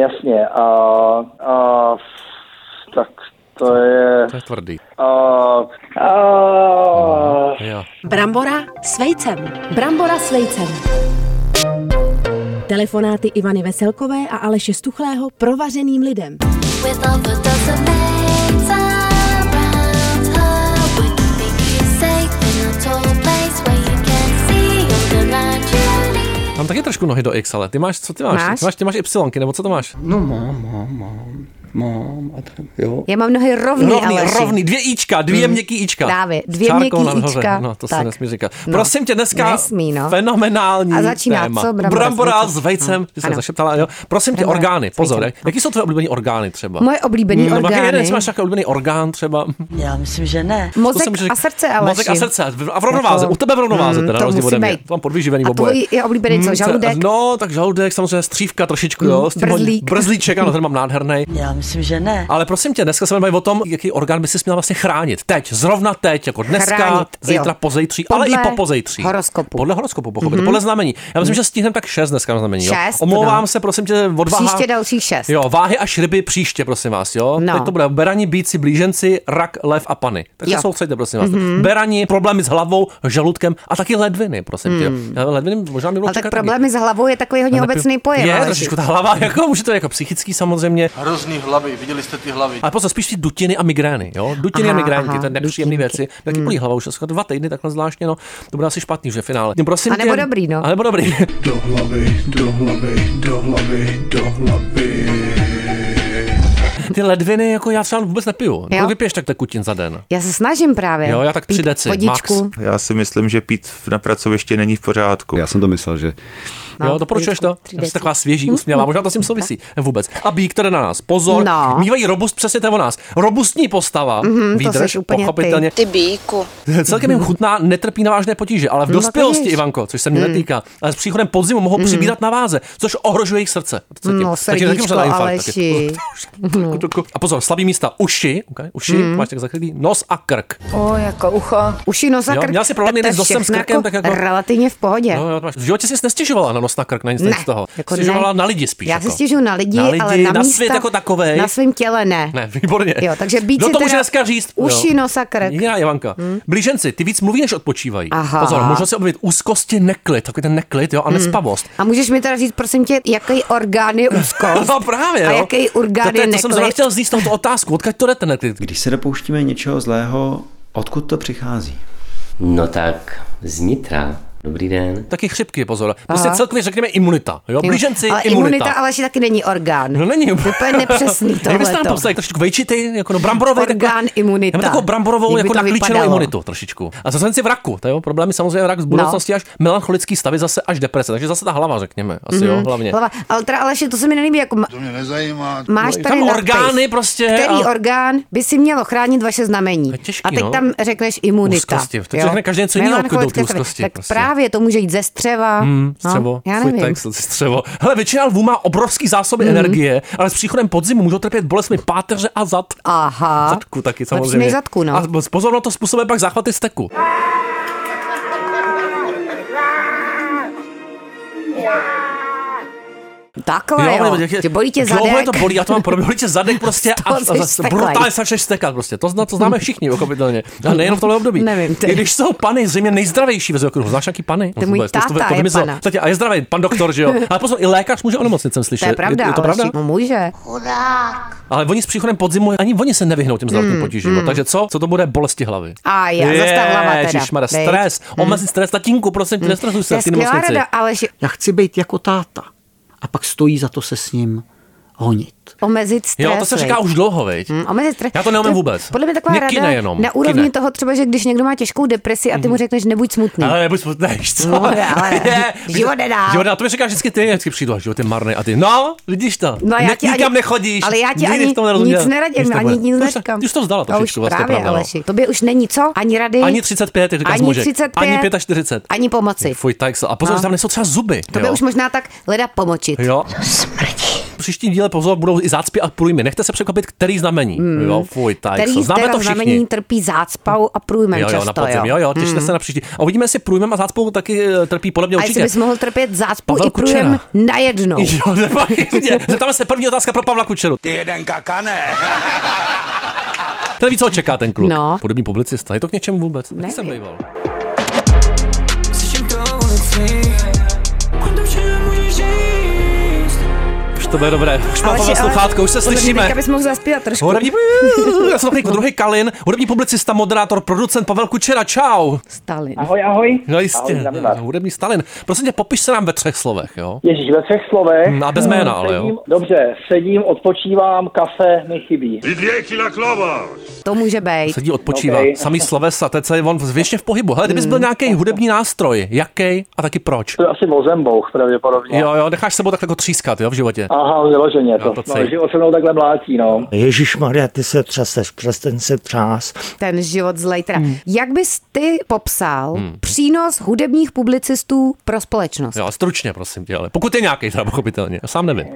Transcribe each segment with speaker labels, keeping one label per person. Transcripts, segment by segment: Speaker 1: Jasně. A, a, tak to je...
Speaker 2: To je tvrdý.
Speaker 1: A, a,
Speaker 2: Jo.
Speaker 3: Brambora s vejcem. Brambora s vejcem. Telefonáty Ivany Veselkové a Aleše Stuchlého provařeným lidem.
Speaker 4: With all the dogs and maids around her, wouldn't be safe in a tall place where you can see all the naturally.
Speaker 2: Mám taky trošku nohy do X, ale ty máš, co ty máš?
Speaker 5: Máš?
Speaker 2: Ty máš, ty máš Y, nebo co to máš?
Speaker 6: No mám, mám, mám. Mám a tak, jo.
Speaker 5: Já mám nohy rovný,
Speaker 2: rovný,
Speaker 5: Aleši.
Speaker 2: rovný, dvě Ička, dvě měkký Ička.
Speaker 5: Hmm. Právě, dvě
Speaker 2: S čárkou
Speaker 5: měkký
Speaker 2: nahoře.
Speaker 5: Ička.
Speaker 2: No, to se
Speaker 5: Tak.
Speaker 2: nesmí říkat.
Speaker 5: No.
Speaker 2: Prosím tě, dneska
Speaker 5: Nesmí, no.
Speaker 2: fenomenální
Speaker 5: A začíná
Speaker 2: téma.
Speaker 5: co? Brambora s
Speaker 2: Brambora
Speaker 5: vejcem.
Speaker 2: s vejcem,
Speaker 5: No,
Speaker 2: ty jsi
Speaker 5: ano.
Speaker 2: zašeptala, jo. Prosím tě,
Speaker 5: Brambora
Speaker 2: orgány,
Speaker 5: s
Speaker 2: pozor.
Speaker 5: vejcem.
Speaker 2: Jak, jaký jsou tvoje oblíbené orgány třeba?
Speaker 5: Moje oblíbený
Speaker 2: Nebo jaký No, jeden,
Speaker 5: orgány.
Speaker 2: jestli máš nějaký oblíbený orgán třeba?
Speaker 7: Já myslím, že ne.
Speaker 2: To jsem
Speaker 5: Mozek
Speaker 2: řekl-
Speaker 5: a srdce, Aleši.
Speaker 2: Mozek a srdce. A v rovnováze.
Speaker 5: Jako-
Speaker 2: U tebe v rovnováze,
Speaker 5: Mm,
Speaker 2: teda
Speaker 5: to
Speaker 2: rozdíl
Speaker 5: musí
Speaker 2: ode mě.
Speaker 5: být.
Speaker 2: Mám podvyživený
Speaker 5: A
Speaker 2: oboje.
Speaker 5: tvůj je oblíbený co,
Speaker 2: Mm,
Speaker 5: žaludek?
Speaker 2: No, tak žaludek, samozřejmě střívka trošičku, jo. s tím hodně-
Speaker 5: brzlík.
Speaker 2: Brzlíček, ano, ten mám nádherný.
Speaker 7: Já myslím, že ne.
Speaker 2: Ale prosím tě, dneska se budeme bavit o tom, jaký orgán by si měl vlastně chránit. Teď, zrovna teď, jako dneska,
Speaker 5: Chránit,
Speaker 2: zítra,
Speaker 5: jo.
Speaker 2: pozejtří, ale i
Speaker 5: Podle
Speaker 2: po pozejtří.
Speaker 5: horoskopu. Mhm.
Speaker 2: Podle horoskopu, pochopit, mm-hmm. podle znamení. Já myslím, že stihneme tak šest dneska na znamení.
Speaker 5: Šest,
Speaker 2: jo? Omlouvám
Speaker 5: no.
Speaker 2: se, prosím tě, odvaha.
Speaker 5: Příště dalších šest.
Speaker 2: Jo, váhy a šryby příště, prosím vás, jo.
Speaker 5: No.
Speaker 2: Teď to bude berani, bíci, blíženci, rak, lev a pany. Tak se
Speaker 5: Jo. Mhm.
Speaker 2: soustřeďte, prosím vás. Mm-hmm. Berani, problémy s hlavou, žaludkem a taky ledviny, prosím tě. jo. Ledviny možná mělo
Speaker 5: Hmm. Ale
Speaker 2: čekat
Speaker 5: tak
Speaker 2: taky.
Speaker 5: problémy s hlavou je takový hodně
Speaker 2: Nepiju-
Speaker 5: obecný pojem.
Speaker 2: Je,
Speaker 5: Aleši.
Speaker 2: trošičku ta hlava, jako může to jako psychický samozřejmě.
Speaker 8: Hrozný hlavy, viděli jste ty hlavy.
Speaker 2: Ale pozor, spíš ty dutiny a migrény, jo? Dutiny aha,
Speaker 5: Aha,
Speaker 2: a migránky,
Speaker 5: aha, Hmm.
Speaker 2: to je nepříjemné
Speaker 5: dutinky.
Speaker 2: věci. Taky bolí hlava už asi dva týdny, takhle zvláštně, no, to bude asi špatný, že v finále. No, Prosím
Speaker 5: A nebo
Speaker 2: tě,
Speaker 5: dobrý, no.
Speaker 2: A nebo dobrý.
Speaker 6: Do hlavy, do hlavy, do hlavy, do hlavy.
Speaker 2: Ty ledviny, jako já třeba vůbec nepiju. Kolik vypiješ tak tekutin za den?
Speaker 5: Já se snažím právě.
Speaker 2: Jo, já tak
Speaker 5: Pít
Speaker 2: tři deci,
Speaker 5: Vodičku.
Speaker 2: max.
Speaker 9: Já si myslím, že pít na pracovišti není v pořádku.
Speaker 10: Já jsem to myslel, že
Speaker 5: No,
Speaker 2: jo, doporučuješ to?
Speaker 5: vodičku, tři
Speaker 2: Já Jsi
Speaker 5: deci.
Speaker 2: taková svěží, usmělá, možná to s tím souvisí. Vůbec. A bík, to jde na nás. Pozor,
Speaker 5: No. Mhm,
Speaker 2: mývají robust, přesně to je o nás. Robustní postava,
Speaker 5: to
Speaker 2: výdrž,
Speaker 5: seš úplně ty.
Speaker 2: pochopitelně.
Speaker 11: Ty bíku.
Speaker 2: Celkem jim chutná, netrpí na vážné potíže, ale v
Speaker 5: No, tak
Speaker 2: dospělosti,
Speaker 5: vidíš. Mhm.
Speaker 2: Ivanko, což se mě netýká, ale s příchodem podzimu mohou přibírat na váze, což ohrožuje jejich srdce. To cítím.
Speaker 5: No,
Speaker 2: Taky- taky
Speaker 5: srdíčko,
Speaker 2: možná infarkt, taky.
Speaker 5: Aleši.
Speaker 2: Tuku, tuku. A pozor, slabý místa uši, okay, uši,
Speaker 5: Mhm.
Speaker 2: máš tak zakrytý, nos a krk.
Speaker 11: O, jako ucho.
Speaker 5: Uši, nosa,
Speaker 2: Jo,
Speaker 5: krk.
Speaker 2: měla jsi problém
Speaker 5: tak to
Speaker 2: jeden
Speaker 5: je
Speaker 2: s nosem, s
Speaker 5: všechno
Speaker 2: krkem, tak jako-
Speaker 5: Relativně v pohodě.
Speaker 2: No, jo, to máš. V životě jsi nestěžovala na nos na krk, na nic
Speaker 5: Ne,
Speaker 2: z toho.
Speaker 5: jako
Speaker 2: stěžovala
Speaker 5: ne.
Speaker 2: na lidi spíš.
Speaker 5: Já
Speaker 2: jako.
Speaker 5: si stěžuju na lidi,
Speaker 2: na lidi
Speaker 5: ale na,
Speaker 2: na
Speaker 5: místa,
Speaker 2: svět jako takovej.
Speaker 5: Na svém těle ne.
Speaker 2: Ne, výborně.
Speaker 5: Jo, takže být
Speaker 2: Kdo
Speaker 5: si
Speaker 2: to
Speaker 5: teda
Speaker 2: může dneska říct?
Speaker 5: uši,
Speaker 2: Jo.
Speaker 5: nos a krk.
Speaker 2: Jiná Ivanka. Hmm? Blíženci, ty víc mluví, než odpočívají.
Speaker 5: Aha. Hmm.
Speaker 2: Pozor, možná se objevit úzkosti, neklid, takový ten neklid, jo, a nespavost.
Speaker 5: A můžeš mi teda říct, prosím tě, jaký orgán je úzkost?
Speaker 2: No právě,
Speaker 5: A
Speaker 2: jo.
Speaker 5: jaký orgán
Speaker 2: to, to,
Speaker 5: je
Speaker 2: je- to jsem zrovna
Speaker 5: neklid?
Speaker 2: chtěl zjistit touto otázku, odkud to jde ten neklid?
Speaker 10: když se dopouštíme něčeho zlého, odkud to přichází?
Speaker 7: No tak, znitra. Dobrý den.
Speaker 2: Taky chřipky, pozor. Prostě
Speaker 5: Aha.
Speaker 2: celkově řekněme imunita. Jo? Blíženci,
Speaker 5: ale
Speaker 2: imunita.
Speaker 5: imunita Aleši taky není orgán.
Speaker 2: No není
Speaker 5: To je úplně nepřesný
Speaker 2: Já bych tam
Speaker 5: tohleto.
Speaker 2: poslal trošičku vejčitý, jako no bramborový.
Speaker 5: Orgán imunita.
Speaker 2: Já mám takovou bramborovou,
Speaker 5: Jak by
Speaker 2: jako
Speaker 5: to
Speaker 2: naklíčenou
Speaker 5: vypadalo? No.
Speaker 2: imunitu trošičku. A zase si v raku, to je jo, problémy samozřejmě rak z budoucnosti až melancholický stavy zase až deprese. Takže zase ta hlava, řekněme, asi jo, hlavně.
Speaker 5: Mhm. Hlava. Ale teda Aleši, to se mi nelíbí, jako ma-
Speaker 8: To mě nezajímá.
Speaker 5: máš
Speaker 2: No,
Speaker 5: tady
Speaker 2: tam
Speaker 5: nadpis.
Speaker 2: orgány prostě
Speaker 5: Který
Speaker 2: a-
Speaker 5: orgán by si mělo chránit vaše znamení?
Speaker 2: je těžký,
Speaker 5: a teď
Speaker 2: no.
Speaker 5: tam řekneš imunita.
Speaker 2: Úzkosti. To
Speaker 5: jo.
Speaker 2: řekne každý něco jiného, odkud jdou ty
Speaker 5: Melancholické stavy.
Speaker 2: úzkosti,
Speaker 5: Tak
Speaker 2: prostě. Hmm,
Speaker 5: právě to může jít ze střeva.
Speaker 2: Střevo,
Speaker 5: no, já
Speaker 2: fuj,
Speaker 5: nevím. Mhm.
Speaker 2: tak, co ty střevo. Hele, většina lvů má obrovský zásoby energie, ale s příchodem podzimu můžou trpět bolestmi páteře a zad.
Speaker 5: Aha.
Speaker 2: Zadku taky
Speaker 5: Lepší
Speaker 2: samozřejmě.
Speaker 5: než zadku, no.
Speaker 2: A pozor, na to způsobuje pak záchvaty steku.
Speaker 5: Takhle, jo.
Speaker 2: jak je-
Speaker 5: Tě bolí tě
Speaker 2: Dlouho je
Speaker 5: zadek.
Speaker 2: to bolí, já to mám problém, bolí tě zadek prostě a, a
Speaker 5: toho jsi
Speaker 2: zase
Speaker 5: steklej.
Speaker 2: brutálně se začneš stekat prostě. To, zná, to známe všichni, pochopitelně. A nejenom v tomhle období.
Speaker 5: Nevím, ty.
Speaker 2: I když jsou pany zřejmě nejzdravější ve okruhu. Znáš nějaký pany?
Speaker 5: je můj
Speaker 2: to- to-
Speaker 5: táta,
Speaker 2: to
Speaker 5: je
Speaker 2: vymizelo.
Speaker 5: pana.
Speaker 2: Tati, a je zdravý, pan doktor, že jo. Ale pozor, i lékař může o nemocnicem slyšet.
Speaker 5: To je pravda,
Speaker 2: je, je to
Speaker 5: Aleši.
Speaker 2: pravda?
Speaker 5: No, může.
Speaker 2: Ale oni s příchodem podzimu, ani oni se nevyhnou těm zdravotním potížím. no. Takže co? Co to bude? Bolesti hlavy.
Speaker 5: Hmm, A já, zas ta hlava teda.
Speaker 2: Ježišmarja,
Speaker 5: Dej.
Speaker 2: stres. Omezit stres, tatínku, prosím, tě, nestresuj
Speaker 5: To
Speaker 2: se
Speaker 5: je
Speaker 2: v té
Speaker 5: skvělá
Speaker 2: nemocnici.
Speaker 5: rada, Aleši.
Speaker 6: Já chci být jako táta. A pak stojí za to se s ním honit.
Speaker 5: Omezit stres.
Speaker 2: Jo, to se
Speaker 5: viď?
Speaker 2: říká už dlouho, veď.
Speaker 5: Mm, omezit stres.
Speaker 2: Já to neumím
Speaker 5: je
Speaker 2: vůbec.
Speaker 5: Podle mě taková
Speaker 2: Mě kine
Speaker 5: rada
Speaker 2: jenom,
Speaker 5: na úrovni
Speaker 2: kine. Mhm.
Speaker 5: toho třeba, že když někdo má těžkou depresi a ty mu řekneš nebuď smutný.
Speaker 2: Ale nebuď smutný, víš co?
Speaker 5: Hm. No, ale život nedá.
Speaker 2: Život nedá, to mi říkáš vždycky ty, vždycky přijdu a život je marný a ty, no, vidíš to,
Speaker 5: No, já ti ani-
Speaker 2: nikam nechodíš,
Speaker 5: Ale já ti
Speaker 2: nikdy
Speaker 5: ani
Speaker 2: v tom nerozumím.
Speaker 5: nic neradím,
Speaker 2: Víš, to
Speaker 5: ani
Speaker 2: bude.
Speaker 5: nic
Speaker 2: To už se-
Speaker 5: neříkám.
Speaker 2: Ty už to vzdala
Speaker 5: A už
Speaker 2: trošičku, vlastně
Speaker 5: právě,
Speaker 2: pravda. no.
Speaker 5: Aleši. Tobě už není co? Ani rady?
Speaker 2: Ani 35, jak říká
Speaker 5: Ani
Speaker 2: Smožek.
Speaker 5: 35.
Speaker 2: Ani 45.
Speaker 5: Ani pomoci.
Speaker 2: Fuj, tak se. A pozor,
Speaker 5: No.
Speaker 2: že tam nejsou třeba zuby.
Speaker 5: Tobě
Speaker 2: jo.
Speaker 5: už možná tak leda pomočit.
Speaker 2: Jo. Příští díle pozor, budou jsou i zácpy a průjmy. Nechte se překvapit, který znamení. Hmm. Jo, fuj, tak.
Speaker 5: Který
Speaker 2: co,
Speaker 5: z
Speaker 2: Známe
Speaker 5: teda
Speaker 2: to všichni.
Speaker 5: znamení trpí zácpou a průjmem
Speaker 2: jo, jo, na
Speaker 5: často, Hmm.
Speaker 2: podzim, jo, jo, těšte se na příští. A uvidíme si průjmem a zácpou taky eh, trpí podobně
Speaker 5: A jestli
Speaker 2: určitě.
Speaker 5: bys mohl trpět zácpou
Speaker 2: Pavel
Speaker 5: i průjem
Speaker 2: Kučera.
Speaker 5: najednou.
Speaker 2: Jo, nepochybně. Zeptáme se první otázka pro Pavla Kučeru. Ty jeden kakane. Ten ví, co ho čeká ten kluk.
Speaker 5: No.
Speaker 2: Podobný publicista. Je to k něčemu vůbec? Taky
Speaker 5: Nevím.
Speaker 2: jsem býval. Už to bude dobré. Už mám tohle sluchátko, už se slyšíme.
Speaker 5: Teďka bys mohl zaspívat trošku.
Speaker 2: Hudební... Já jsem takový jako druhý Kalin, hudební publicista, moderátor, producent Pavel Kučera, čau.
Speaker 5: Stalin.
Speaker 1: Ahoj, ahoj.
Speaker 2: No jistě,
Speaker 1: Ahoj, zdravím vás.
Speaker 2: hudební Stalin. Prosím tě, popiš se nám ve třech slovech, jo?
Speaker 1: Ježíš, ve třech slovech.
Speaker 2: Hmm, a bez jména,
Speaker 6: No,
Speaker 2: ale jo.
Speaker 1: No, Sedím- Dobře, sedím, odpočívám, kafe mi chybí.
Speaker 5: To může být.
Speaker 2: Sedí, odpočívá,
Speaker 1: Dobrý.
Speaker 2: samý slovesa, teď se on věčně v pohybu. Hele, kdybys
Speaker 5: Hmm.
Speaker 2: byl nějaký hudební nástroj, jaký a taky proč?
Speaker 1: To je asi Mozembouch pravděpodobně.
Speaker 2: Jo, jo, necháš sebou tak jako třískat, jo, v životě.
Speaker 1: Aha, vyloženě to.
Speaker 2: to
Speaker 1: no,
Speaker 2: cítím.
Speaker 1: život se mnou takhle mlátí, no.
Speaker 11: Ježíš Maria, ty se třeseš, přestaň se třás.
Speaker 5: Ten život z Leitera. Jak bys ty popsal přínos hudebních publicistů pro společnost?
Speaker 2: Hmm. Jo, stručně, prosím tě, ale pokud je nějaký, teda pochopitelně, já sám nevím.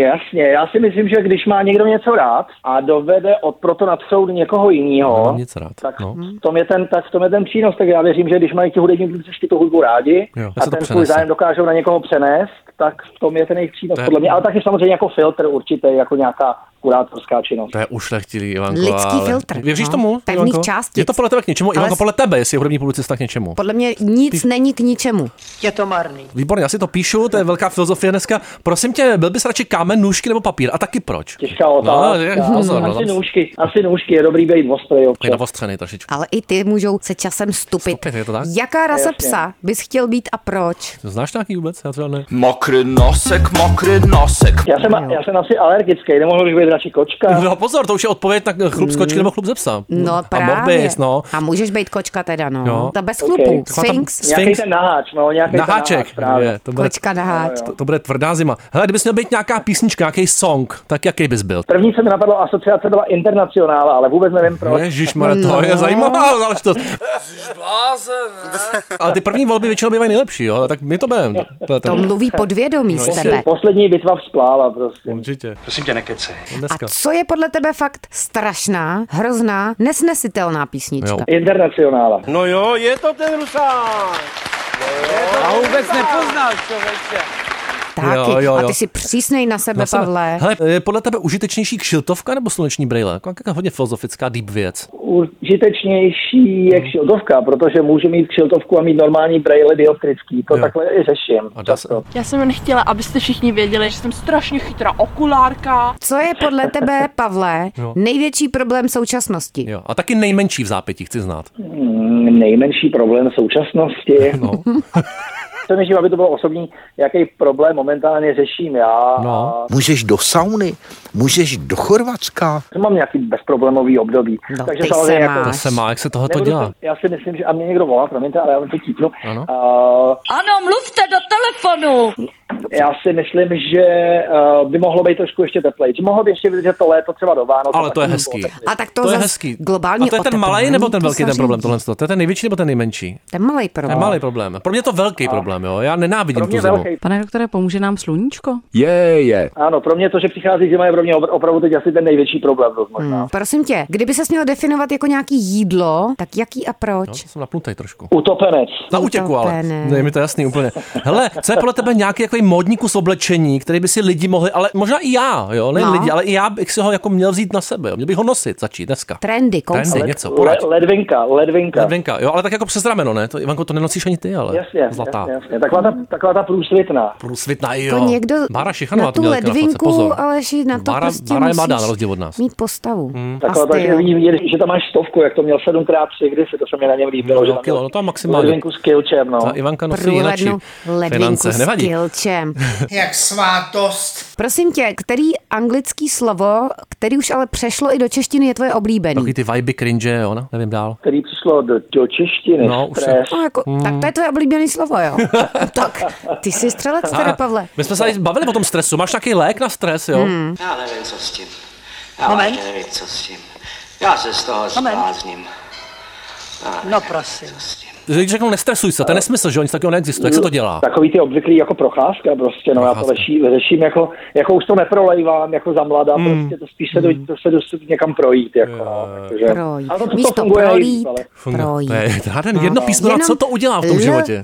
Speaker 1: Jasně, já si myslím, že když má někdo něco rád a dovede od proto napsout někoho jiného,
Speaker 2: Mám nic rád.
Speaker 1: tak,
Speaker 2: No.
Speaker 1: v tom je ten, tak v tom je ten přínos, tak já věřím, že když mají ti hudební kluci tu hudbu rádi
Speaker 2: Jo, tak
Speaker 1: a
Speaker 2: se to
Speaker 1: ten svůj
Speaker 2: přenese.
Speaker 1: zájem dokážou na někoho přenést, tak v tom je ten jejich přínos
Speaker 2: To je-
Speaker 1: podle mě, ale taky samozřejmě jako filtr určitě, jako nějaká kurátorská činnost.
Speaker 2: To je ušlechtilý, Ivanko.
Speaker 5: Lidský
Speaker 2: ale...
Speaker 5: filtr,
Speaker 2: Věříš
Speaker 5: no.
Speaker 2: tomu?
Speaker 5: Pevných
Speaker 2: Ivanko?
Speaker 5: částic.
Speaker 2: Je to podle tebe k něčemu?
Speaker 5: Ale
Speaker 2: Ivanko,
Speaker 5: s-
Speaker 2: podle tebe, jestli je hudební publicista k něčemu.
Speaker 5: Podle mě nic není k ničemu.
Speaker 2: Výborně, já si to píšu, to je velká filozofie dneska. Prosím tě, byl bys radši kámen, nůžky nebo papír? A taky proč?
Speaker 1: Těžká
Speaker 2: No,
Speaker 1: otázka.
Speaker 2: je, pozor, no,
Speaker 1: asi
Speaker 2: tam
Speaker 1: nůžky, asi nůžky, je dobrý být ostrý
Speaker 2: je
Speaker 1: občas.
Speaker 2: navostřený trošičku.
Speaker 5: Ale i ty můžou se časem stupit.
Speaker 2: Stupit, je to tak?
Speaker 5: Jaká rasa
Speaker 1: Jasně.
Speaker 5: psa bys chtěl být a proč?
Speaker 2: Znáš nějaký vůbec? Já třeba ne.
Speaker 8: Mokrý nosek, mokrý nosek.
Speaker 1: Já jsem, já jsem asi alergický, nemohl bych být radši kočka.
Speaker 2: No Mm. pozor, to už je odpověď na chlup z kočky nebo chlup ze psa.
Speaker 5: No
Speaker 2: A
Speaker 5: právě.
Speaker 2: mohl bys, no.
Speaker 5: a můžeš být kočka teda, no.
Speaker 2: Jo.
Speaker 5: Ta bez chlupů.
Speaker 2: Taková ta-
Speaker 5: Sphinx.
Speaker 2: Sphinx.
Speaker 1: Nějaký ten naháč, no, nějaký ten
Speaker 2: Naháček.
Speaker 1: naháč právě.
Speaker 2: Je, to, bude,
Speaker 5: Kočka na háč.
Speaker 2: to, to bude tvrdá zima. Hele, kdybys měl být nějaká písnička, nějaký song, tak jaký bys byl?
Speaker 1: První se mi napadlo asociace byla internacionála, ale vůbec nevím proč.
Speaker 2: Ježíš, to
Speaker 5: No.
Speaker 2: je zajímavá záležitost. Ale ty první volby většinou bývají nejlepší, jo? tak my to bereme. To je ten-
Speaker 5: To mluví podvědomí z tebe.
Speaker 1: Poslední bitva vzplála prostě.
Speaker 2: Určitě.
Speaker 10: Prosím tě, nekecej.
Speaker 2: Dneska.
Speaker 5: A co je podle tebe fakt strašná, hrozná, nesnesitelná písnička?
Speaker 2: Jo.
Speaker 1: Internacionála.
Speaker 11: No jo, je to ten rusák.
Speaker 5: Taky.
Speaker 2: Jo, jo,
Speaker 5: A
Speaker 2: jo.
Speaker 5: ty si přísnej na sebe,
Speaker 2: Na sebe.
Speaker 5: Pavle.
Speaker 2: No, Hele, je podle tebe užitečnější kšiltovka nebo sluneční brýle? Jako Jaká hodně filozofická deep věc.
Speaker 1: Užitečnější
Speaker 2: No.
Speaker 1: je kšiltovka, protože může mít kšiltovku a mít normální braille dioptrický. To
Speaker 2: Jo.
Speaker 1: takhle i řeším.
Speaker 2: A dá se-
Speaker 1: často.
Speaker 11: Já jsem nechtěla, abyste všichni věděli, že jsem strašně chytrá okulárka.
Speaker 5: Co je podle tebe, Pavle,
Speaker 2: Jo.
Speaker 5: největší problém současnosti?
Speaker 2: Jo. A taky nejmenší v zápětí, chci znát.
Speaker 1: Mm, Nejmenší problém současnosti.
Speaker 2: No.
Speaker 1: Přemýšlím, aby to bylo osobní, jaký problém momentálně řeším já.
Speaker 2: No.
Speaker 11: Můžeš do sauny, můžeš do Chorvatska.
Speaker 1: A Mám nějaký bezproblémový období. jako
Speaker 5: No, ty se máš.
Speaker 2: To se má, jak se tohle to
Speaker 1: nebudu
Speaker 2: dělá.
Speaker 1: To, já si myslím, že a mě někdo volá, promiňte, ale já vám to típnu.
Speaker 2: Ano.
Speaker 1: Uh,
Speaker 4: Ano, mluvte do telefonu!
Speaker 1: já si myslím, že uh, by mohlo být trošku ještě teplej. Že mohlo by ještě vydržet to léto třeba do Vánoc.
Speaker 2: Ale to
Speaker 1: taky
Speaker 2: je
Speaker 1: by
Speaker 2: hezký.
Speaker 1: bylo teplej.
Speaker 5: A tak to,
Speaker 2: to je
Speaker 5: zas
Speaker 2: hezký.
Speaker 5: globální
Speaker 2: a to je ten
Speaker 5: oteplování,
Speaker 2: malý nebo ten
Speaker 5: to
Speaker 2: velký ten
Speaker 5: samozřejmě.
Speaker 2: problém tohle? To je ten největší nebo ten nejmenší?
Speaker 5: Ten malý problém.
Speaker 2: Ten malý problém. Pro mě to velký problém, jo. Já nenávidím
Speaker 1: Pro
Speaker 2: tu
Speaker 1: mě
Speaker 2: zimu.
Speaker 1: velký.
Speaker 11: Pane doktore, pomůže nám sluníčko?
Speaker 1: Ano, pro mě to, že přichází zima, je pro mě opr- opravdu teď asi ten největší problém. dost Možná.
Speaker 2: No.
Speaker 5: Hmm. Prosím tě, kdyby se měl definovat jako nějaký jídlo, tak jaký a proč?
Speaker 2: No, to jsem napnutý trošku.
Speaker 1: Utopenec.
Speaker 2: Na útěku, ale.
Speaker 5: Utopené.
Speaker 2: Ne, je mi to jasný úplně. Hele, co je podle tebe nějaký jako modní kus oblečení, který by si lidi mohli, ale možná i já, jo, ne
Speaker 5: No.
Speaker 2: lidi, ale i já bych si ho jako měl vzít na sebe, jo. měl bych ho nosit, začít dneska.
Speaker 5: Trendy, kousek.
Speaker 2: Trendy, něco,
Speaker 1: Le-
Speaker 2: poraď.
Speaker 1: ledvinka, ledvinka.
Speaker 2: Ledvinka, jo, ale tak jako přes rameno, ne? To, Ivanko, to nenosíš ani ty, ale
Speaker 1: Jasně,
Speaker 2: zlatá.
Speaker 1: jasně, jasně. Taková ta, taková ta průsvitná.
Speaker 2: Průsvitná,
Speaker 5: To
Speaker 2: jo.
Speaker 5: Jako někdo
Speaker 2: Bára Šichanová
Speaker 5: na
Speaker 2: to
Speaker 5: tu
Speaker 2: měla taky na fotce,
Speaker 5: ledvinku,
Speaker 2: pozor.
Speaker 5: Aleši, na to
Speaker 2: Bára,
Speaker 5: prostě
Speaker 2: Bára je
Speaker 5: musíš
Speaker 2: mladá, na rozdíl od nás.
Speaker 5: mít postavu. Hmm.
Speaker 1: Taková ta, že, vidím, vidět, že tam máš stovku, jak to měl 7x3, když se to se mě na něm líbilo.
Speaker 2: No,
Speaker 1: že
Speaker 2: jo,
Speaker 1: tam
Speaker 2: kilo,
Speaker 1: měl
Speaker 2: no to je maximálně.
Speaker 1: Ledvinku s kilčem, no.
Speaker 2: Ta Ivanka nosí jinačí
Speaker 5: průhlednu ledvinku
Speaker 2: finance,
Speaker 5: s
Speaker 2: nevadí.
Speaker 5: kilčem.
Speaker 11: Jak svátost.
Speaker 5: Prosím tě, který anglický slovo, který už ale přešlo i do češtiny, je tvoje oblíbený?
Speaker 2: Takový ty vibey cringe, jo, no? nevím dál.
Speaker 1: který přišlo do, do češtiny,
Speaker 2: No,
Speaker 1: no,
Speaker 2: už
Speaker 1: stres.
Speaker 5: No, jako, Tak
Speaker 2: Hmm.
Speaker 5: to je tvoje oblíbené slovo, jo? tak, ty jsi střelec teda, Pavle.
Speaker 2: My jsme se tady bavili o tom stresu. Máš nějaký lék na stres, jo? Hmm.
Speaker 11: Já nevím, co s tím. Já Moment. nevím, co s tím. Já se z toho zblázním. No prosím.
Speaker 2: Když řeknou nestresuj se, to je nesmysl, že nic takového neexistuje. Jak se to dělá?
Speaker 1: Takový ty obvyklý jako procházka prostě, no já to řeším, řeším jako, jako už to neprolejvám, jako za mladá,
Speaker 2: Mm.
Speaker 1: prostě to spíš se, do, to se dost někam projít, jako, no, takže,
Speaker 5: Projít.
Speaker 1: ale to, to
Speaker 5: Místo
Speaker 1: funguje
Speaker 5: prolít,
Speaker 1: nejvíc, ale,
Speaker 5: Projít.
Speaker 2: To je ten jedno
Speaker 5: No.
Speaker 2: písmeno,
Speaker 5: Jenom
Speaker 2: co to udělá v tom
Speaker 5: L
Speaker 2: životě?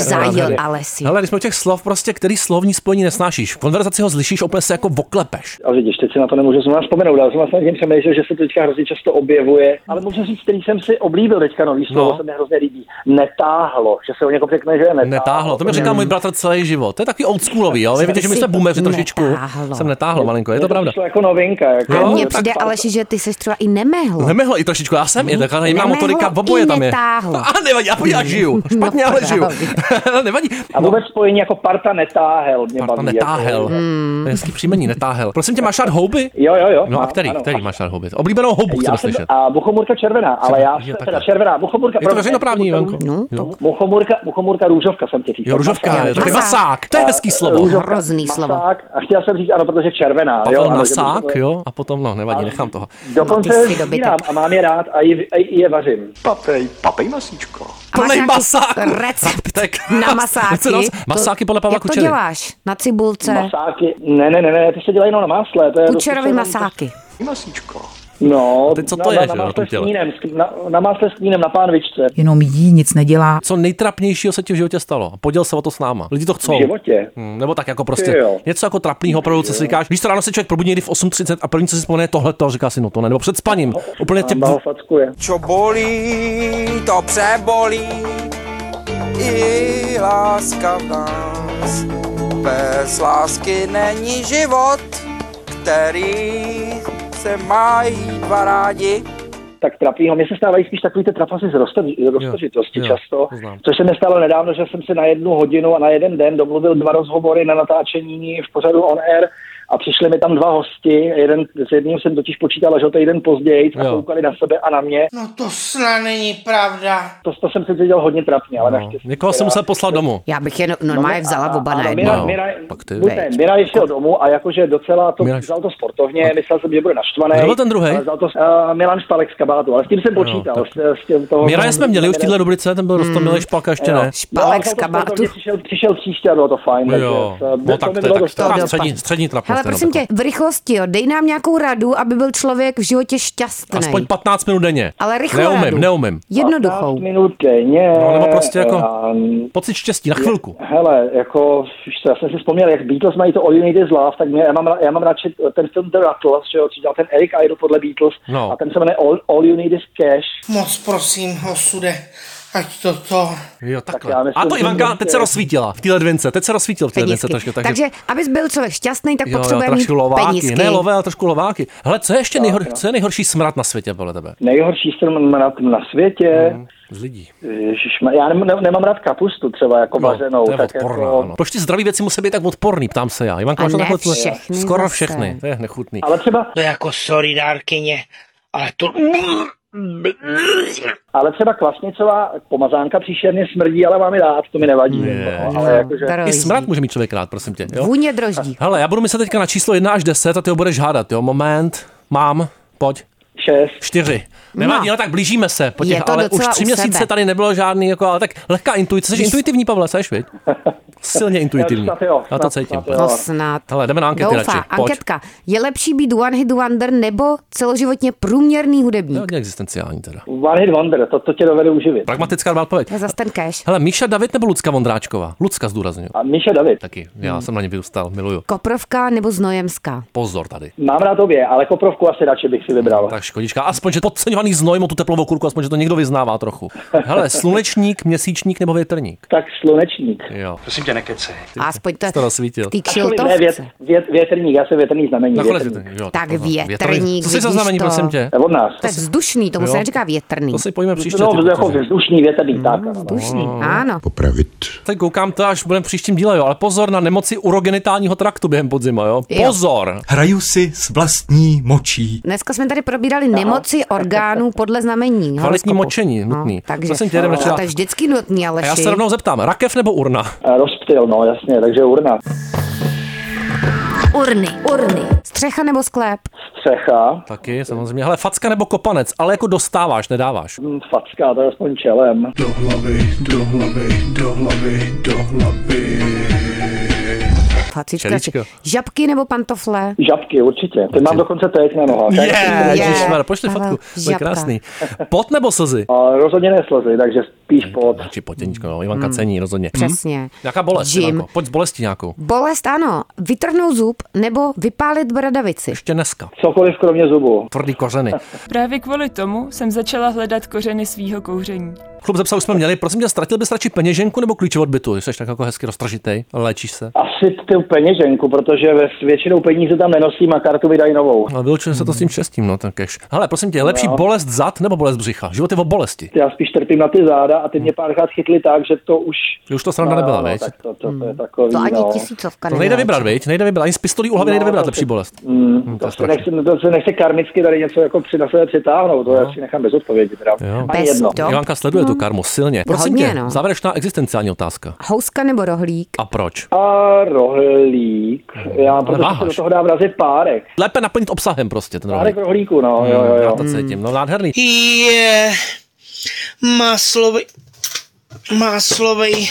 Speaker 5: za
Speaker 2: Nádherný.
Speaker 5: J, ale si.
Speaker 2: Hele, když jsme u těch slov, prostě, který slovní spojení nesnášíš. V konverzaci ho zlišíš, opět se jako voklepeš.
Speaker 1: a vidíš, teď si na to nemůžu zrovna vzpomenout, ale jsem vlastně tím přemýšlel, že se to teďka hrozně často objevuje, ale můžu říct, který jsem si oblíbil teďka nový slovo,
Speaker 2: No.
Speaker 1: se mi hrozně líbí. Netáhlo, že se o někom řekne, že je netáhlo.
Speaker 2: Netáhlo, to mi říká můj bratr celý život. To je takový oldschoolový, jo? Vy víte, že my jsme boomeři trošičku.
Speaker 5: Netáhlo.
Speaker 2: Jsem netáhl malinko, je
Speaker 1: Mně
Speaker 2: to pravda.
Speaker 1: přišlo jako novinka, jako,
Speaker 5: A
Speaker 2: Jo,
Speaker 5: mně
Speaker 1: tak
Speaker 5: přijde,
Speaker 1: fakt-
Speaker 5: Aleši, že ty seš třeba i nemehlo.
Speaker 2: Nemehlo i trošičku, já jsem, je taková jiná
Speaker 5: Nemehlo
Speaker 2: motorika, v oboje
Speaker 5: i
Speaker 2: tam je.
Speaker 5: netáhlo. No,
Speaker 2: A nevadí, já, já žiju, špatně, ale žiju. nevadí.
Speaker 1: A vůbec spojení jako parta netáhel mě
Speaker 2: Parta
Speaker 1: baví.
Speaker 2: netáhel.
Speaker 1: Jako,
Speaker 2: To je hezký příjmení, netáhel. Prosím tě, máš rád houby?
Speaker 1: jo, jo, jo.
Speaker 2: No a
Speaker 1: mám,
Speaker 2: který,
Speaker 1: ano.
Speaker 2: který máš rád houby? Oblíbenou houbu
Speaker 1: já
Speaker 2: chceme
Speaker 1: jsem,
Speaker 2: slyšet.
Speaker 1: a Buchomurka červená, ale já
Speaker 2: je
Speaker 1: jsem
Speaker 2: takhle.
Speaker 1: teda červená. Buchomurka,
Speaker 2: Je to
Speaker 1: promiň,
Speaker 2: veřejnoprávní, Ivanko.
Speaker 5: No,
Speaker 2: Jo.
Speaker 1: Buchomurka, Buchomurka růžovka jsem ti říkal.
Speaker 2: Jo, ružovka, je to je
Speaker 5: Masák.
Speaker 2: masák, to je hezký slovo.
Speaker 1: Růžovka,
Speaker 5: Hrozný slovo.
Speaker 1: masák. A chtěl jsem říct, ano, protože červená. jo,
Speaker 2: Pavel
Speaker 1: ano, že
Speaker 2: Masák,
Speaker 1: by to bylo-
Speaker 2: jo, a potom, no, nevadí, nechám toho.
Speaker 1: Dokonce
Speaker 5: Ty jsi
Speaker 1: je
Speaker 5: dobytek.
Speaker 1: sbírám a mám je rád a i, a i je vařím.
Speaker 8: Papej, papej masíčko.
Speaker 5: A máš
Speaker 2: Plnej
Speaker 5: nějaký
Speaker 2: masák.
Speaker 5: recept
Speaker 2: Tak.
Speaker 5: na masáky.
Speaker 2: Co nás- masáky podle Pavla
Speaker 5: Jak to
Speaker 2: Kučery.
Speaker 5: děláš? Na cibulce?
Speaker 1: Masáky, ne, ne, ne, ne, ty se dělají jenom na másle. To je
Speaker 5: Kučerovi
Speaker 1: dost-
Speaker 5: masáky.
Speaker 8: Masíčko.
Speaker 1: No,
Speaker 2: teď co
Speaker 1: na-
Speaker 2: to
Speaker 1: na-
Speaker 2: je, že jo,
Speaker 1: na
Speaker 2: na tom
Speaker 1: másle s
Speaker 2: těle?
Speaker 1: knínem, s- na, na másle s knínem, na pánvičce.
Speaker 12: Jenom jí nic nedělá.
Speaker 2: Co nejtrapnějšího se ti v životě stalo? Poděl se o to s náma. Lidi to chcou.
Speaker 1: V životě?
Speaker 2: Hmm, nebo tak jako prostě
Speaker 1: Ty jo.
Speaker 2: něco jako trapného opravdu, co si říkáš. Když to ráno se člověk probudí někdy v 8.30 a první, co si vzpomene, je tohle to říká si no to ne, nebo před spaním. Úplně tě...
Speaker 1: Mám ho fackuje.
Speaker 8: Čo bolí, to přebolí, i láska v nás. Bez lásky není život, který se mají dva rádi.
Speaker 1: tak trapného. Mně se stávají spíš takový ty trapasy z roztr- roztržitosti
Speaker 2: jo,
Speaker 1: často,
Speaker 2: to znám.
Speaker 1: což se mi stalo nedávno, že jsem se na jednu hodinu a na jeden den domluvil dva rozhovory na natáčení v pořadu On Air a přišli mi tam dva hosti, jeden, s jedním jsem totiž počítal až o týden později a
Speaker 2: Jo.
Speaker 1: koukali na sebe a na mě.
Speaker 13: No to snad není pravda.
Speaker 1: To, to jsem si dělal hodně trapně, ale no.
Speaker 2: No.
Speaker 1: naštěstí.
Speaker 2: Někoho jsem musel poslat domů.
Speaker 5: Já bych je no- normálně vzala oba na jedno.
Speaker 1: Mira,
Speaker 2: No,
Speaker 1: Mira,
Speaker 2: pak ty
Speaker 1: buď ne,
Speaker 5: veď.
Speaker 1: Mira šel domů a jakože docela to
Speaker 2: Mira-
Speaker 1: vzal to sportovně, myslel jsem, že bude naštvaný.
Speaker 2: Kdo byl ten druhej?
Speaker 1: ale Vzal to uh, Milan Špalek z kabátu, ale s tím jsem počítal.
Speaker 2: tak.
Speaker 1: s, s tím toho,
Speaker 2: Mira jsme měli už v téhle rubrice, ten byl
Speaker 5: Hmm.
Speaker 2: Rostomilej Špalka, ještě ne.
Speaker 5: Špalek
Speaker 1: No,
Speaker 5: z kabátu.
Speaker 1: sportovně Přišel, přišel příště a bylo to fajn. eh,
Speaker 2: Jo, no tak to je tak
Speaker 5: dostat.
Speaker 2: tak střední, střední trapnost.
Speaker 5: Hele,
Speaker 2: jenom
Speaker 5: prosím
Speaker 2: taková.
Speaker 5: tě, v rychlosti, jo, dej nám nějakou radu, aby byl člověk v životě šťastný.
Speaker 2: Aspoň 15 minut denně.
Speaker 5: Ale rychle radu.
Speaker 2: Neumím, neumím.
Speaker 5: Jednoduchou.
Speaker 1: minut denně.
Speaker 2: No, nebo prostě jako-
Speaker 1: ehm,
Speaker 2: Pocit štěstí na chvilku.
Speaker 1: Hele, jako, už se- já jsem si vzpomněl, jak Beatles mají to All You Need Is Love, tak mě, já, mám, ra- já mám radši eh, ten film The Rattles, že jo, co dělal ten Eric Idle podle Beatles,
Speaker 2: No.
Speaker 1: a ten se jmenuje All, All You Need Is Cash.
Speaker 13: Moc prosím, osude, ať to to...
Speaker 2: Jo, takhle.
Speaker 1: já myslím,
Speaker 2: a to
Speaker 1: že
Speaker 2: Ivanka,
Speaker 1: můžete-
Speaker 2: teď se rozsvítila v téhle dvince, teď se rozsvítil v téhle dvince
Speaker 5: Penízky.
Speaker 2: trošku.
Speaker 5: Takže, abys byl člověk šťastný, tak
Speaker 2: Jo, jo,
Speaker 5: potřebujeme mít
Speaker 2: trošku lováky.
Speaker 5: penízky.
Speaker 2: Ne, lové, ale trošku lováky. Hele, co je ještě nejhor, co je nejhorší smrad na světě podle tebe?
Speaker 1: Nejhorší jsem na, na světě, mm.
Speaker 2: Z lidí.
Speaker 1: já nem, ne, nemám rád kapustu třeba jako vařenou,
Speaker 2: No, to je
Speaker 1: tak
Speaker 2: odporná,
Speaker 1: jako,
Speaker 2: no. Proč ty zdraví věci musí být tak odporný, ptám se já. Ivanko,
Speaker 5: A
Speaker 2: máš to
Speaker 5: ne
Speaker 2: takhle tvoje-
Speaker 5: všechny
Speaker 2: Skoro
Speaker 5: zase.
Speaker 2: všechny, to je nechutný.
Speaker 1: ale třeba,
Speaker 13: To je jako sorry dárkyně, ale to...
Speaker 1: ale třeba kvasnicová pomazánka příšerně smrdí, ale mám ji rád, to mi nevadí. Jako, ale jakože,
Speaker 2: I smrad může mít člověk rád, prosím tě. Jo?
Speaker 5: Vůně droždí.
Speaker 2: Hele, já budu myslet teďka na číslo 1 až 10 a ty ho budeš hádat, jo? Moment, mám, pojď.
Speaker 1: šest,
Speaker 2: Čtyři. Nevadí,
Speaker 5: No.
Speaker 2: no. ale tak blížíme se. Po těch,
Speaker 5: Je to
Speaker 2: ale už
Speaker 5: docela
Speaker 2: tři
Speaker 5: u
Speaker 2: měsíce
Speaker 5: sebe.
Speaker 2: tady nebylo žádný, jako, ale tak lehká intuice. Jsi intuitivní, Pavle, seš, viď? Silně intuitivní.
Speaker 1: snad jo,
Speaker 2: Já to
Speaker 1: snad,
Speaker 2: cítím.
Speaker 1: snad jo.
Speaker 5: To snad.
Speaker 2: Hele, jdeme na ankety radši.
Speaker 5: Doufá,
Speaker 2: Pojď.
Speaker 5: anketka. Je lepší být one hit wonder nebo celoživotně průměrný hudebník?
Speaker 2: Hodně existenciální teda.
Speaker 1: one hit wonder, to, to tě dovede uživit.
Speaker 2: Pragmatická dobrá odpověď.
Speaker 5: To je zase ten cash.
Speaker 2: Hele, Míša David nebo Lucka Vondráčková? Lucka zdůraznuju.
Speaker 1: A Míša David.
Speaker 2: Taky, já
Speaker 5: Hmm.
Speaker 2: jsem na ně vyrůstal, miluju.
Speaker 5: Koprovka nebo Znojemská?
Speaker 2: Pozor tady.
Speaker 1: Mám rád obě, ale koprovku asi radši bych si vybral.
Speaker 2: Tak škodička, aspoň, že podceňovaný znojmo tu teplovou kurku, aspoň, že to někdo vyznává trochu. Hele, slunečník, měsíčník nebo větrník?
Speaker 1: Tak slunečník.
Speaker 2: Jo.
Speaker 8: Prosím tě, nekece.
Speaker 5: Aspoň to je
Speaker 2: To rozsvítil.
Speaker 5: ty
Speaker 1: Ne, vět,
Speaker 5: kšiltovce.
Speaker 1: vět, větrník, já se větrný znamení.
Speaker 2: Nakonec
Speaker 1: větrník.
Speaker 2: větrník. Jo,
Speaker 5: Tak
Speaker 2: pozor,
Speaker 5: větrník,
Speaker 2: Co si za
Speaker 5: vidíš
Speaker 2: znamení,
Speaker 5: to?
Speaker 2: prosím tě?
Speaker 1: To je Od nás.
Speaker 5: To je vzdušný, tomu
Speaker 2: Jo.
Speaker 5: se neříká větrný.
Speaker 2: To si pojďme příště. ty
Speaker 1: No, jako
Speaker 2: protože-
Speaker 1: vzdušný větrný, tak. ano.
Speaker 5: No, Vzdušný, ano.
Speaker 2: Teď koukám to až budeme v příštím díle, jo, ale pozor na nemoci urogenitálního traktu během podzima, jo.
Speaker 5: Jo.
Speaker 2: Pozor!
Speaker 14: Hraju si s vlastní močí.
Speaker 5: Dneska jsme tady probírali nemoci orgánů podle znamení.
Speaker 2: Kvalitní
Speaker 5: horoskopu.
Speaker 2: močení, nutný.
Speaker 5: No, takže,
Speaker 2: Prosím tě, jdem radši
Speaker 5: no,
Speaker 2: dál.
Speaker 5: to je vždycky nutný, ale
Speaker 2: A já se rovnou zeptám, rakev nebo urna?
Speaker 1: A Rozptyl, no jasně, takže urna.
Speaker 5: Urny. Urny. Střecha nebo sklep?
Speaker 1: Střecha.
Speaker 2: Taky, samozřejmě. Hele, facka nebo kopanec, ale jako dostáváš, nedáváš.
Speaker 1: Facka, to je aspoň čelem.
Speaker 12: Do hlavy, do hlavy, do hlavy, do hlavy.
Speaker 5: Facička. Žabky nebo
Speaker 2: Mhm.
Speaker 5: pantofle?
Speaker 1: Žabky, určitě. Ty mám dokonce teď na nohách.
Speaker 2: Je, yeah,
Speaker 1: Je.
Speaker 2: yeah. pošli
Speaker 1: Ano,
Speaker 2: fotku, to je
Speaker 1: žabka.
Speaker 2: krásný. Pot nebo slzy?
Speaker 1: A no, rozhodně ne slzy, takže spíš
Speaker 2: Hm.
Speaker 1: pot.
Speaker 2: Či potěníčko,
Speaker 1: Mm.
Speaker 2: no, Ivanka cení, rozhodně.
Speaker 5: Přesně.
Speaker 2: Hm? Jaká bolest,
Speaker 5: Jim.
Speaker 2: Ivanko? Pojď s bolestí nějakou.
Speaker 5: Bolest, ano. Vytrhnout zub nebo vypálit bradavici.
Speaker 2: Ještě dneska.
Speaker 1: Cokoliv kromě zubu.
Speaker 2: Tvrdý kořeny.
Speaker 15: Právě kvůli tomu jsem začala hledat kořeny svýho kouření.
Speaker 2: Klub zepsal, už jsme měli, prosím tě, ztratil bys radši peněženku nebo klíče od bytu? Jsi tak jako hezky roztržitej, léčíš se.
Speaker 1: Asi tu peněženku, protože ve- většinou peníze tam nenosím a kartu vydají novou.
Speaker 2: A No, vylučuje se to s tím štěstím, no tak keš. Hele, prosím tě, je lepší
Speaker 1: Mm. No.
Speaker 2: bolest zad nebo bolest břicha? Život je o bolesti.
Speaker 1: Já spíš trpím na ty záda a ty mě párkrát chytli tak, že to už...
Speaker 2: Už Hm. No, to sranda nebyla, veď?
Speaker 1: No, tak to, to, to, je takový,
Speaker 5: Hm. To ani
Speaker 1: no.
Speaker 5: tisícovka
Speaker 2: To nejde vybrat, viď? Nejde vybrat, ani z pistolí u hlavy
Speaker 1: No,
Speaker 2: nejde vybrat
Speaker 1: to
Speaker 2: lepší
Speaker 1: si-
Speaker 2: bolest.
Speaker 1: Mm,
Speaker 2: Hm, to je
Speaker 1: To
Speaker 2: strašně.
Speaker 1: nechci, to se nechci karmicky tady něco jako při na sebe přitáhnout,
Speaker 2: No.
Speaker 1: to já si nechám bez odpovědi. Teda. Ani jedno.
Speaker 2: Ivanka sleduje tu karmu silně. Prosím
Speaker 5: Mm. Hodně,
Speaker 2: tě,
Speaker 5: no.
Speaker 2: závěrečná existenciální otázka.
Speaker 5: Houska nebo rohlík?
Speaker 2: A proč?
Speaker 1: A rohlík. Já protože se
Speaker 2: váháš.
Speaker 1: do toho dám vrazit párek.
Speaker 2: Lépe naplnit obsahem prostě ten rohlík.
Speaker 1: Párek rohlíku, no, jo, jo,
Speaker 2: Já
Speaker 1: jo.
Speaker 2: to cítím, no nádherný.
Speaker 13: Je maslový, maslový,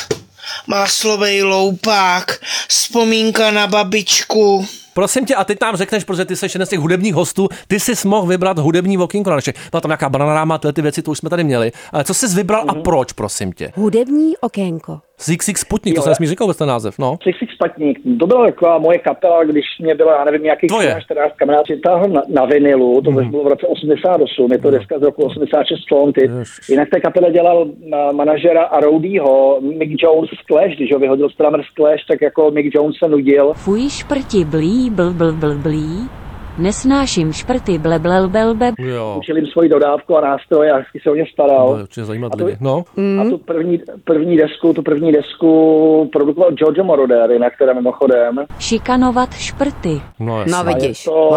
Speaker 13: maslový loupák, vzpomínka na babičku.
Speaker 2: Prosím tě, a teď nám řekneš, protože ty jsi jeden z těch hudebních hostů, ty jsi mohl vybrat hudební okénko na naše. Byla tam nějaká bananáma, tyhle ty věci, to už jsme tady měli. Ale co jsi vybral
Speaker 1: Mhm.
Speaker 2: a proč, prosím tě?
Speaker 3: Hudební okénko.
Speaker 2: Six Six Sputnik, to
Speaker 1: Jo,
Speaker 2: jsem
Speaker 1: já-
Speaker 2: nesmí říkal vůbec ten název, no.
Speaker 1: Six Six Patník, to byla taková moje kapela, když mě bylo, já nevím, nějakých
Speaker 2: Tvoje.
Speaker 1: 13, 14 kamarád přitáhl na, na vinilu, to mm. bylo v roce 88, je to deska z roku 86 Slanty.
Speaker 2: Hmm.
Speaker 1: Jinak té kapele dělal na manažera a roadieho Mick Jones z Clash, když ho vyhodil Stramer z Clash, tak jako Mick Jones se nudil.
Speaker 4: No.
Speaker 16: Fuj šprti blí bl bl bl blí. Nesnáším šprty ble blel bel be.
Speaker 2: Jo,
Speaker 1: Učil jim svoji dodávku a nástroje a vždycky se o ně staral.
Speaker 2: to je určitě zajímat lidi. No,
Speaker 1: A tu první, první desku, tu první desku produkoval Giorgio Moroder, jinak teda mimochodem.
Speaker 16: Šikanovat šprty.
Speaker 2: no,
Speaker 1: A
Speaker 2: jasně.
Speaker 1: je to-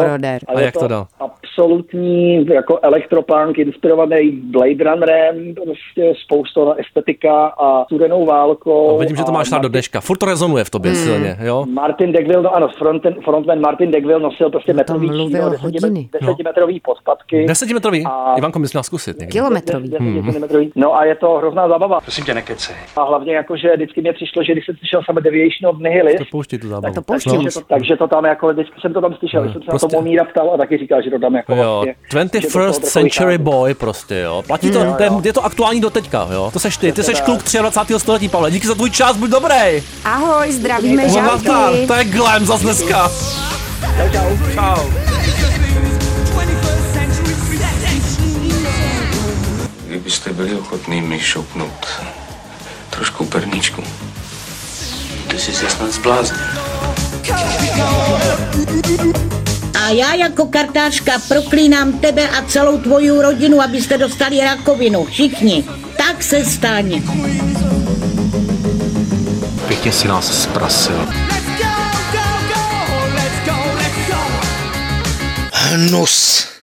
Speaker 2: A jak to dal?
Speaker 1: Absolutní jako elektropunk, inspirovaný Blade Runnerem, prostě spoustou estetika a studenou válkou.
Speaker 2: A vidím, že to máš rád do dneška. Furt to rezonuje v tobě
Speaker 1: Mm.
Speaker 2: silně, jo?
Speaker 1: Martin Degville, no ano, fronten, frontman Martin Degville nosil prostě metrový čílo, desetimetrový
Speaker 2: No.
Speaker 1: desetimetrový podpatky.
Speaker 2: Desetimetrový?
Speaker 1: A
Speaker 2: Ivanko, my měl zkusit někdy.
Speaker 1: Kilometrový.
Speaker 2: Hmm.
Speaker 1: No a je to hrozná zábava.
Speaker 2: Prosím tě, nekecej.
Speaker 1: A hlavně jako, že vždycky mě přišlo, že když jsem slyšel Summer Deviation of Nihilist,
Speaker 2: To pouští tu zábavu.
Speaker 1: tak, takže, to, takže to tam jako, vždycky jsem to tam slyšel, když jsem se
Speaker 2: No. prostě-
Speaker 1: na to Momíra ptal a taky říkal, že to tam jako
Speaker 2: Jo,
Speaker 1: vlastně, že to
Speaker 2: 21st
Speaker 1: bylo
Speaker 2: century boy prostě, jo. Platí to,
Speaker 1: Jo,
Speaker 2: to je,
Speaker 1: jo.
Speaker 2: je to aktuální doteďka, jo. To seš ty, ty
Speaker 1: Přesně
Speaker 2: seš
Speaker 1: tak.
Speaker 2: kluk 23. století, Pavle. Díky za tvůj čas, buď dobrý.
Speaker 5: Ahoj, zdravíme
Speaker 2: Moc vás zdar.
Speaker 5: žáky.
Speaker 2: To je Glem zas dneska. Čau.
Speaker 17: Kdybyste byli ochotný mi šoupnout trošku perníčku. Ty jsi se snad zbláznil.
Speaker 18: A já jako kartářka proklínám tebe a celou tvoji rodinu, abyste dostali rakovinu. Všichni. Tak se staň.
Speaker 19: Pěkně si nás zprasil.
Speaker 13: Hnus.